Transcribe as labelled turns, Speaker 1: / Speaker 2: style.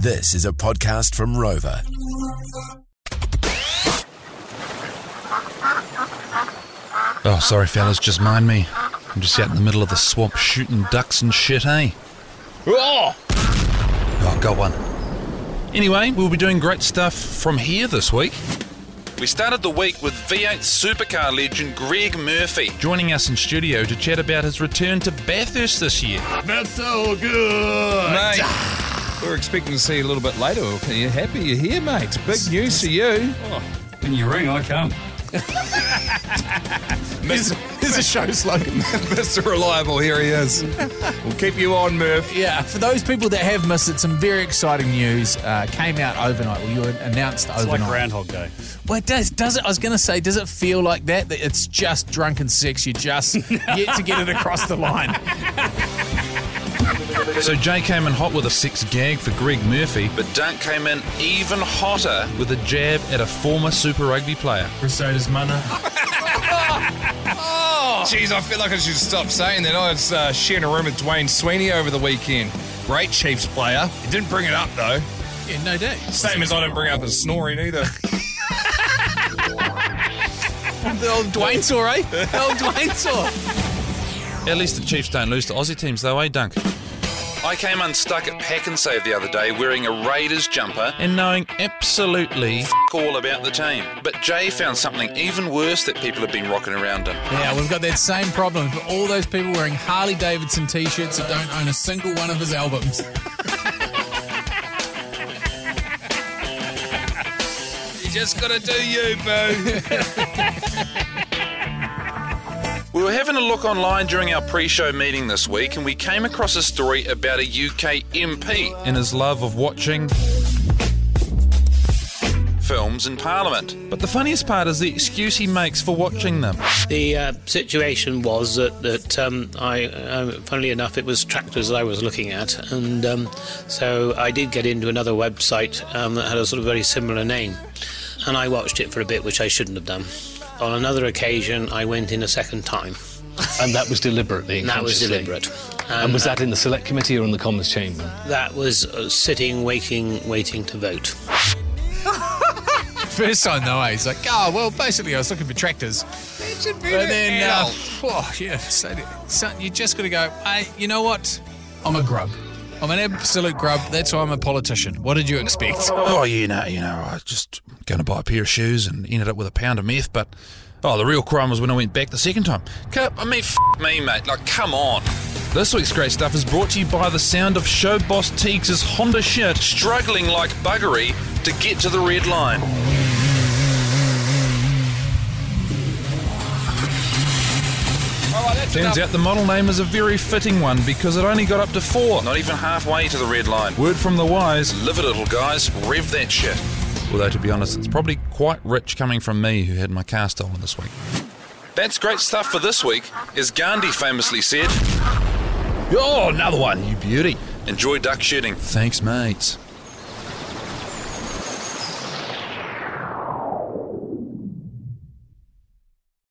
Speaker 1: This is a podcast from Rover.
Speaker 2: Oh, sorry, fellas, just mind me. I'm just out in the middle of the swamp shooting ducks and shit, eh? Oh! Oh, got one. Anyway, we'll be doing great stuff from here this week. We started the week with V8 supercar legend Greg Murphy joining us in studio to chat about his return to Bathurst this year.
Speaker 3: That's so good.
Speaker 4: Mate, we are expecting to see you a little bit later. Are you happy you're here, mate? Big news for you.
Speaker 3: When you ring, I come.
Speaker 4: Here's, a show slogan. Mr. Reliable, here he is. we'll keep you on, Murph.
Speaker 5: Yeah, for those people that have missed it, some very exciting news uh, came out overnight. Well, you were announced
Speaker 3: It's
Speaker 5: overnight.
Speaker 3: like Groundhog Day.
Speaker 5: well, it does does it? I was going to say, does it feel like that? That it's just drunken sex. You just yet to get it across the line.
Speaker 2: So Jay came in hot with a six gag for Greg Murphy, but Dunk came in even hotter with a jab at a former Super Rugby player.
Speaker 4: Jeez, I feel like I should stop saying that. I was uh, sharing a room with Dwayne Sweeney over the weekend. Great Chiefs player. He didn't bring it up, though.
Speaker 5: Yeah, no doubt.
Speaker 4: Same as I didn't bring up his snoring either.
Speaker 5: The old Dwayne saw, eh? The old Dwayne saw.
Speaker 2: At least the Chiefs don't lose to Aussie teams, though, eh, Dunk? I came unstuck at Pack and Save the other day wearing a Raiders jumper and knowing absolutely f- all about the team. But Jay found something even worse that people have been rocking around in.
Speaker 5: Yeah, we've got that same problem for all those people wearing Harley Davidson t-shirts that don't own a single one of his albums.
Speaker 4: you just gotta do you, boo.
Speaker 2: We were having a look online during our pre show meeting this week and we came across a story about a UK MP and his love of watching films in Parliament. But the funniest part is the excuse he makes for watching them.
Speaker 6: The uh, situation was that, that um, I, uh, funnily enough, it was tractors that I was looking at, and um, so I did get into another website um, that had a sort of very similar name, and I watched it for a bit, which I shouldn't have done. On another occasion, I went in a second time.
Speaker 7: And that was deliberately.
Speaker 6: And that was
Speaker 7: consciously.
Speaker 6: deliberate. Um,
Speaker 7: And was that in the select committee or in the Commons chamber?
Speaker 6: That was uh, sitting, waiting, waiting to vote.
Speaker 5: First time though, eh? He's like, oh, well, basically, I was looking for tractors. But then, uh, oh, yeah, so, so you just got to go, hey, you know what? I'm a grub. I'm an absolute grub. That's why I'm a politician. What did you expect?
Speaker 2: Oh, you know, you know, I was just going to buy a pair of shoes and ended up with a pound of meth. But oh, the real crime was when I went back the second time. Cup, I mean, f- me, mate. Like, come on. This week's great stuff is brought to you by the sound of show boss Teagues' Honda shit struggling like buggery to get to the red line. Turns out the model name is a very fitting one because it only got up to four, not even halfway to the red line. Word from the wise, live it, little guys, rev that shit. Although, to be honest, it's probably quite rich coming from me who had my car stolen this week. That's great stuff for this week, as Gandhi famously said. Oh, another one, you beauty. Enjoy duck shooting. Thanks, mates.